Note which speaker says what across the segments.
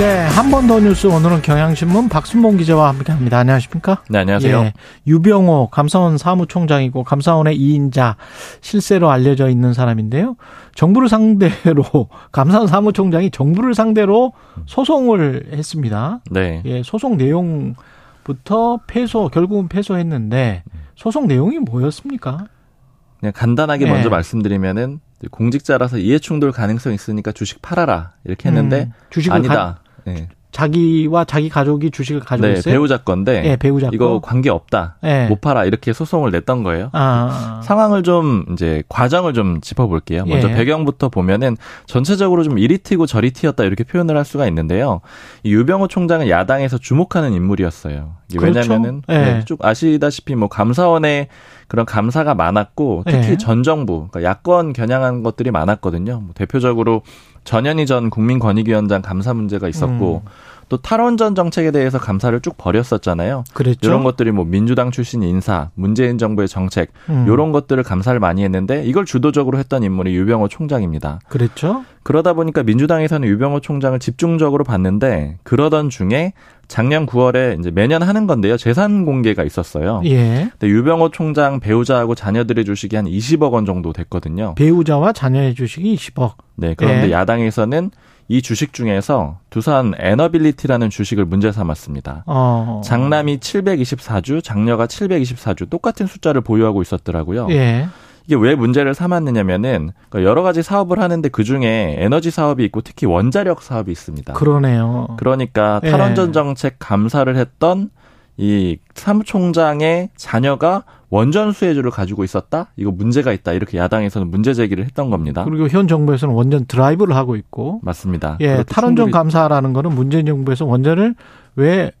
Speaker 1: 네, 한 번 더 뉴스 오늘은 경향신문 박순봉 기자와 함께합니다. 안녕하십니까?
Speaker 2: 네, 안녕하세요.
Speaker 1: 예, 유병호 감사원 사무총장이고 감사원의 2인자 실세로 알려져 있는 사람인데요. 정부를 상대로 감사원 사무총장이 정부를 상대로 소송을 했습니다.
Speaker 2: 네.
Speaker 1: 예, 소송 내용부터 패소 결국은 패소했는데 소송 내용이 뭐였습니까?
Speaker 2: 그냥 간단하게
Speaker 1: 네.
Speaker 2: 먼저 말씀드리면은 공직자라서 이해충돌 가능성 이 있으니까 주식 팔아라 이렇게 했는데
Speaker 1: 음, 주식을 가-
Speaker 2: 아니다. 예.
Speaker 1: 자기와 자기 가족이 주식을 가지고
Speaker 2: 네,
Speaker 1: 있어요.
Speaker 2: 배우자 건데
Speaker 1: 예, 배우자
Speaker 2: 이거 뭐
Speaker 1: 거.
Speaker 2: 관계 없다.
Speaker 1: 예.
Speaker 2: 못 팔아 이렇게 소송을 냈던 거예요.
Speaker 1: 아,
Speaker 2: 상황을 좀 이제 과정을 좀 짚어볼게요. 먼저
Speaker 1: 예.
Speaker 2: 배경부터 보면은 전체적으로 좀 이리 튀고 저리 튀었다 이렇게 표현을 할 수가 있는데요. 이 유병호 총장은 야당에서 주목하는 인물이었어요. 이게
Speaker 1: 그렇죠.
Speaker 2: 왜냐면은
Speaker 1: 예.
Speaker 2: 네, 쭉 아시다시피 뭐 감사원에 그런 감사가 많았고 특히
Speaker 1: 예.
Speaker 2: 전 정부 그러니까 야권 겨냥한 것들이 많았거든요. 뭐 대표적으로 전현희 전 국민권익위원장 감사 문제가 있었고
Speaker 1: 음.
Speaker 2: 또 탈원전 정책에 대해서 감사를 쭉 벌였었잖아요.
Speaker 1: 그랬죠.
Speaker 2: 이런 것들이 뭐 민주당 출신 인사, 문재인 정부의 정책
Speaker 1: 음,
Speaker 2: 요런 것들을 감사를 많이 했는데 이걸 주도적으로 했던 인물이 유병호 총장입니다.
Speaker 1: 그랬죠.
Speaker 2: 그러다 보니까 민주당에서는 유병호 총장을 집중적으로 봤는데 그러던 중에 작년 9월에 이제 매년 하는 건데요. 재산 공개가 있었어요.
Speaker 1: 예.
Speaker 2: 근데 유병호 총장 배우자하고 자녀들의 주식이 한 20억 원 정도 됐거든요.
Speaker 1: 배우자와 자녀의 주식이 20억.
Speaker 2: 네, 그런데
Speaker 1: 예.
Speaker 2: 야당에서는 이 주식 중에서 두산 에너빌리티라는 주식을 문제 삼았습니다.
Speaker 1: 어.
Speaker 2: 장남이 724주, 장녀가 724주 똑같은 숫자를 보유하고 있었더라고요.
Speaker 1: 예.
Speaker 2: 이게 왜 문제를 삼았느냐면은 그러니까 여러 가지 사업을 하는데 그 중에 에너지 사업이 있고 특히 원자력 사업이 있습니다.
Speaker 1: 그러네요.
Speaker 2: 러니까
Speaker 1: 예.
Speaker 2: 탈원전 정책 감사를 했던 이 사무총장의 자녀가 원전 수혜주를 가지고 있었다? 이거 문제가 있다. 이렇게 야당에서는 문제 제기를 했던 겁니다.
Speaker 1: 그리고 현 정부에서는 원전 드라이브를 하고 있고
Speaker 2: 맞습니다.
Speaker 1: 예,
Speaker 2: 아, 그렇게
Speaker 1: 탈원전
Speaker 2: 충분히-
Speaker 1: 감사라는 거는 문재인 정부에서 원전을 왜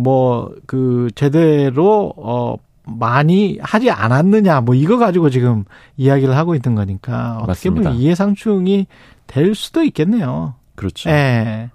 Speaker 1: 뭐 그 제대로 어 많이 하지 않았느냐 뭐 이거 가지고 지금 이야기를 하고 있는 거니까 어떻게
Speaker 2: 맞습니다.
Speaker 1: 보면 이해상충이 될 수도 있겠네요.
Speaker 2: 그렇죠. 그
Speaker 1: 예.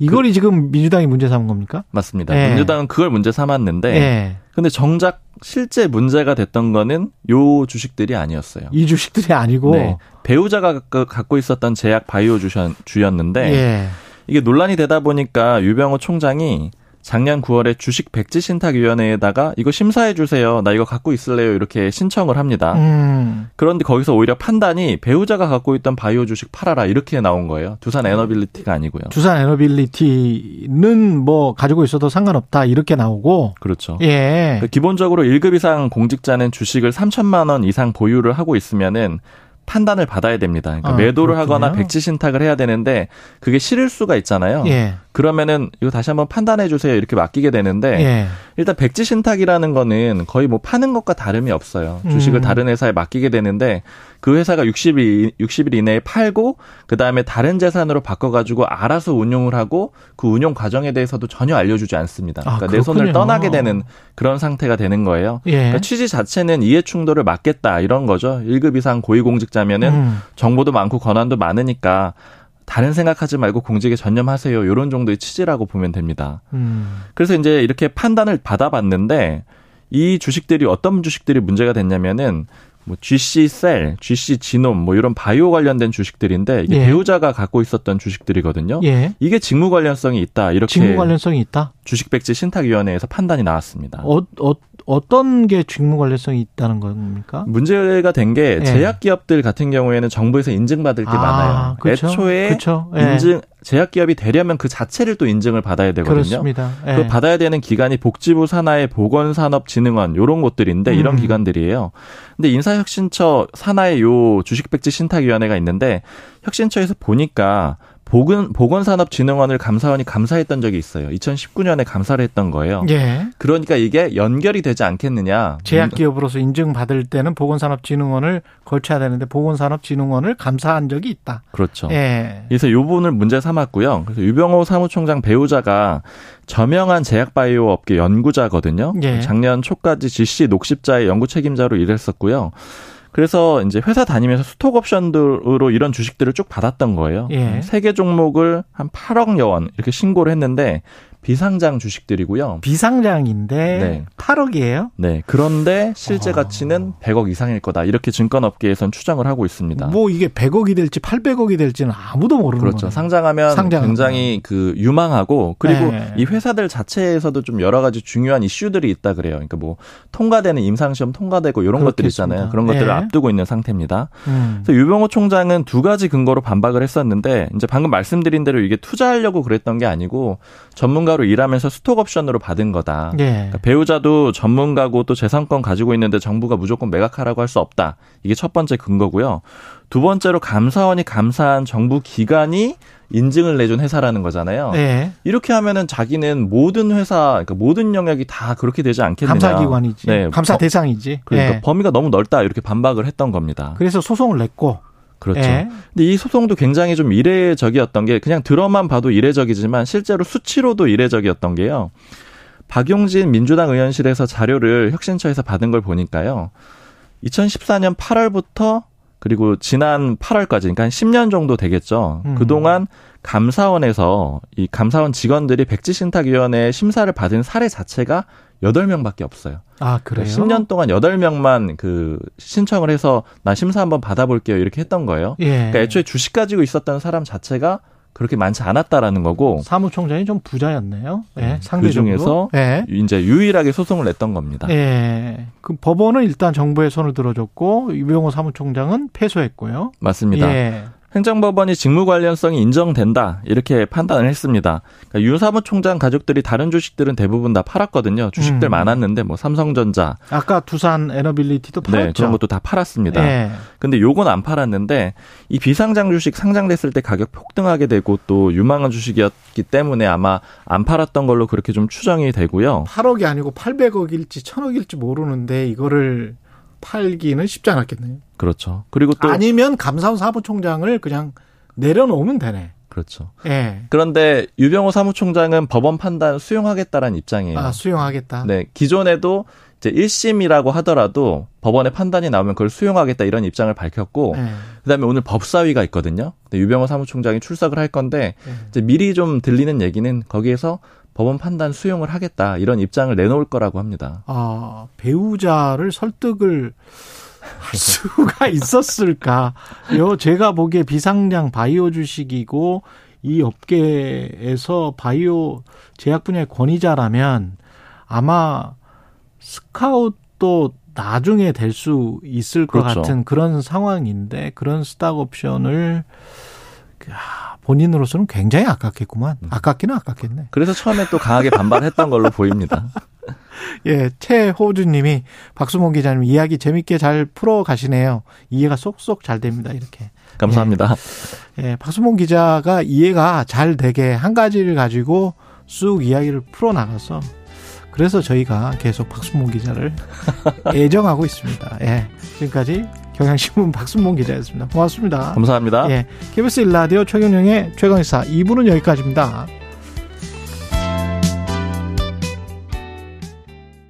Speaker 1: 이걸 이 지금 민주당이 문제 삼은 겁니까?
Speaker 2: 맞습니다.
Speaker 1: 예.
Speaker 2: 민주당은 그걸 문제 삼았는데
Speaker 1: 예.
Speaker 2: 근데 정작 실제 문제가 됐던 거는 요 주식들이 아니었어요.
Speaker 1: 이 주식들이 아니고
Speaker 2: 네. 배우자가 그- 갖고 있었던 제약 바이오 주션- 주였는데
Speaker 1: 예.
Speaker 2: 이게 논란이 되다 보니까 유병호 총장이 작년 9월에 주식 백지 신탁 위원회에다가 이거 심사해 주세요. 나 이거 갖고 있을래요. 이렇게 신청을 합니다.
Speaker 1: 음.
Speaker 2: 그런데 거기서 오히려 판단이 배우자가 갖고 있던 바이오 주식 팔아라 이렇게 나온 거예요. 두산 에너빌리티가 아니고요.
Speaker 1: 두산 에너빌리티는 뭐 가지고 있어도 상관없다 이렇게 나오고
Speaker 2: 그렇죠.
Speaker 1: 예.
Speaker 2: 그러니까 기본적으로 1급 이상 공직자는 주식을 3천만 원 이상 보유를 하고 있으면은 판단을 받아야 됩니다. 그러니까
Speaker 1: 아,
Speaker 2: 매도를
Speaker 1: 그렇군요.
Speaker 2: 하거나 백지 신탁을 해야 되는데 그게 싫을 수가 있잖아요.
Speaker 1: 예.
Speaker 2: 그러면은 이거 다시 한번 판단해 주세요. 이렇게 맡기게 되는데
Speaker 1: 예.
Speaker 2: 일단 백지 신탁이라는 거는 거의 뭐 파는 것과 다름이 없어요.
Speaker 1: 음.
Speaker 2: 주식을 다른 회사에 맡기게 되는데 그 회사가 60일, 60일 이내에 팔고 그 다음에 다른 재산으로 바꿔가지고 알아서 운용을 하고 그 운용 과정에 대해서도 전혀 알려주지 않습니다.
Speaker 1: 아,
Speaker 2: 그러니까 내 손을
Speaker 1: 그렇군요.
Speaker 2: 떠나게 되는 그런 상태가 되는 거예요.
Speaker 1: 예.
Speaker 2: 그러니까 취지 자체는 이해 충돌을 막겠다 이런 거죠. 1급 이상 고위공직자면은
Speaker 1: 음.
Speaker 2: 정보도 많고 권한도 많으니까 다른 생각하지 말고 공직에 전념하세요. 이런 정도의 취지라고 보면 됩니다.
Speaker 1: 음.
Speaker 2: 그래서 이제 이렇게 판단을 받아봤는데 이 주식들이 어떤 주식들이 문제가 됐냐면은 뭐 GC셀, GC지놈 뭐 이런 바이오 관련된 주식들인데 이게
Speaker 1: 예.
Speaker 2: 배우자가 갖고 있었던 주식들이거든요.
Speaker 1: 예.
Speaker 2: 이게 직무 관련성이 있다 이렇게
Speaker 1: 직무 관련성이 있다.
Speaker 2: 주식백지 신탁위원회에서 판단이 나왔습니다.
Speaker 1: 어, 어, 어떤 게 직무 관련성이 있다는 겁니까?
Speaker 2: 문제가 된 게
Speaker 1: 예.
Speaker 2: 제약기업들 같은 경우에는 정부에서 인증받을 게 많아요.
Speaker 1: 그쵸?
Speaker 2: 애초에
Speaker 1: 그렇죠. 그쵸? 예.
Speaker 2: 인증 제약기업이 되려면 그 자체를 또 인증을 받아야 되거든요.
Speaker 1: 그렇습니다. 예.
Speaker 2: 그 받아야 되는 기관이 복지부 산하의 보건산업진흥원 요런 곳들인데 이런
Speaker 1: 음.
Speaker 2: 기관들이에요. 근데 인사혁신처 산하의 요 주식백지 신탁위원회가 있는데 혁신처에서 보니까 보건 보건산업진흥원을 감사원이 감사했던 적이 있어요. 2019년에 감사를 했던 거예요.
Speaker 1: 예.
Speaker 2: 그러니까 이게 연결이 되지 않겠느냐.
Speaker 1: 제약기업으로서 인증받을 때는 보건산업진흥원을 걸쳐야 되는데 보건산업진흥원을 감사한 적이 있다.
Speaker 2: 그렇죠.
Speaker 1: 예.
Speaker 2: 그래서 이 부분을 문제 삼았고요. 그래서 유병호 사무총장 배우자가 저명한 제약바이오 업계 연구자거든요.
Speaker 1: 예.
Speaker 2: 작년 초까지 GC 녹십자의 연구 책임자로 일했었고요. 그래서 이제 회사 다니면서 스톡옵션으로 이런 주식들을 쭉 받았던 거예요.
Speaker 1: 예.
Speaker 2: 세 개 종목을 한 8억 여원 이렇게 신고를 했는데 비상장 주식들이고요.
Speaker 1: 비상장인데
Speaker 2: 네.
Speaker 1: 8억이에요?
Speaker 2: 네. 그런데
Speaker 1: 아.
Speaker 2: 실제 가치는 100억 이상일 거다. 이렇게 증권업계에선 추정을 하고 있습니다.
Speaker 1: 뭐 이게 100억이 될지 800억이 될지는 아무도 모르는
Speaker 2: 그렇죠.
Speaker 1: 거죠.
Speaker 2: 상장하면
Speaker 1: 상장하면.
Speaker 2: 굉장히 그 유망하고 그리고
Speaker 1: 네.
Speaker 2: 이 회사들 자체에서도 좀 여러 가지 중요한 이슈들이 있다 그래요. 그러니까 뭐 통과되는 임상시험 통과되고 이런 것들 있잖아요.
Speaker 1: 그렇겠습니다.
Speaker 2: 그런 것들을
Speaker 1: 네.
Speaker 2: 앞두고 있는 상태입니다.
Speaker 1: 음.
Speaker 2: 그래서 유병호 총장은 두 가지 근거로 반박을 했었는데 이제 방금 말씀드린 대로 이게 투자하려고 그랬던 게 아니고 전문가로 일하면서 스톡옵션으로 받은 거다.
Speaker 1: 예.
Speaker 2: 그러니까 배우자도 전문가고 또 재산권 가지고 있는데 정부가 무조건 매각하라고 할 수 없다. 이게 첫 번째 근거고요. 두 번째로 감사원이 감사한 정부 기관이 인증을 내준 회사라는 거잖아요.
Speaker 1: 예.
Speaker 2: 이렇게 하면은 자기는 모든 회사, 그러니까 모든 영역이 다 그렇게 되지 않겠느냐.
Speaker 1: 감사기관이지.
Speaker 2: 네,
Speaker 1: 감사
Speaker 2: 어,
Speaker 1: 대상이지.
Speaker 2: 그러니까
Speaker 1: 예.
Speaker 2: 범위가 너무 넓다 이렇게 반박을 했던 겁니다.
Speaker 1: 그래서 소송을 냈고.
Speaker 2: 그렇죠.
Speaker 1: 예.
Speaker 2: 근데 이 소송도 굉장히 좀 이례적이었던 게 그냥 들어만 봐도 이례적이지만 실제로 수치로도 이례적이었던 게요. 박용진 민주당 의원실에서 자료를 혁신처에서 받은 걸 보니까요. 2014년 8월부터 그리고 지난 8월까지 그러니까 한 10년 정도 되겠죠.
Speaker 1: 음.
Speaker 2: 그동안 감사원에서 이 감사원 직원들이 백지신탁위원회 심사를 받은 사례 자체가 8명밖에 없어요.
Speaker 1: 아, 그래요?
Speaker 2: 10년 동안 8명만 그 신청을 해서 나 심사 한번 받아볼게요. 이렇게 했던 거예요.
Speaker 1: 예.
Speaker 2: 그러니까 애초에 주식 가지고 있었던 사람 자체가 그렇게 많지 않았다라는 거고
Speaker 1: 사무총장이 좀 부자였네요. 예.
Speaker 2: 음,
Speaker 1: 상대적으로.
Speaker 2: 그중에서
Speaker 1: 예.
Speaker 2: 이제 유일하게 소송을 냈던 겁니다.
Speaker 1: 예. 그 법원은 일단 정부의 손을 들어줬고 유병호 사무총장은 패소했고요.
Speaker 2: 맞습니다.
Speaker 1: 예.
Speaker 2: 행정법원이 직무 관련성이 인정된다 이렇게 판단을 했습니다. 그러니까 윤 사무총장 가족들이 다른 주식들은 대부분 다 팔았거든요.
Speaker 1: 음.
Speaker 2: 주식들 많았는데 뭐 삼성전자
Speaker 1: 아까 두산 에너빌리티도 팔았죠.
Speaker 2: 네, 그런 것도 다 팔았습니다.
Speaker 1: 예.
Speaker 2: 근데 요건 안 팔았는데 이 비상장 주식 상장됐을 때 가격 폭등하게 되고 또 유망한 주식이었기 때문에 아마 안 팔았던 걸로 그렇게 좀 추정이 되고요.
Speaker 1: 8억이 아니고 800억일지 1000억일지 모르는데 이거를 팔기는 쉽지 않았겠네요.
Speaker 2: 그렇죠. 그리고 또
Speaker 1: 아니면 감사원 사무총장을 그냥 내려놓으면 되네.
Speaker 2: 그렇죠.
Speaker 1: 예.
Speaker 2: 그런데 유병호 사무총장은 법원 판단 수용하겠다라는 입장이에요.
Speaker 1: 아, 수용하겠다.
Speaker 2: 예. 네, 기존에도 이제 1심이라고 하더라도 법원의 판단이 나오면 그걸 수용하겠다 이런 입장을 밝혔고
Speaker 1: 예.
Speaker 2: 그다음에 오늘 법사위가 있거든요. 근데 유병호 사무총장이 출석을 할 건데
Speaker 1: 네.
Speaker 2: 이제 미리 좀 들리는 얘기는 거기에서 법원 판단 수용을 하겠다 이런 입장을 내놓을 거라고 합니다.
Speaker 1: 아, 배우자를 설득을 할 수가 있었을까? 요 제가 보기에 비상장 바이오 주식이고 이 업계에서 바이오 제약 분야의 권위자라면 아마 스카웃도 나중에 될 수 있을 것
Speaker 2: 그렇죠.
Speaker 1: 같은 그런 상황인데 그런 스탁옵션을 야, 본인으로서는 굉장히 아깝겠구만. 아깝기는 아깝겠네.
Speaker 2: 그래서 처음에 또 강하게 반발했던 걸로 보입니다.
Speaker 1: 예, 최호주님이 박수몽 기자님 이야기 재밌게 잘 풀어 가시네요. 이해가 쏙쏙 잘 됩니다. 이렇게.
Speaker 2: 감사합니다.
Speaker 1: 예, 박수몽 기자가 이해가 잘 되게 한 가지를 가지고 쑥 이야기를 풀어 나가서 그래서 저희가 계속 박수몽 기자를 애정하고 있습니다. 예, 지금까지 경향신문 박수몽 기자였습니다. 예, 고맙습니다.
Speaker 2: 감사합니다.
Speaker 1: 예, KBS 일라디오 최경영의 최강의사 2부는 여기까지입니다.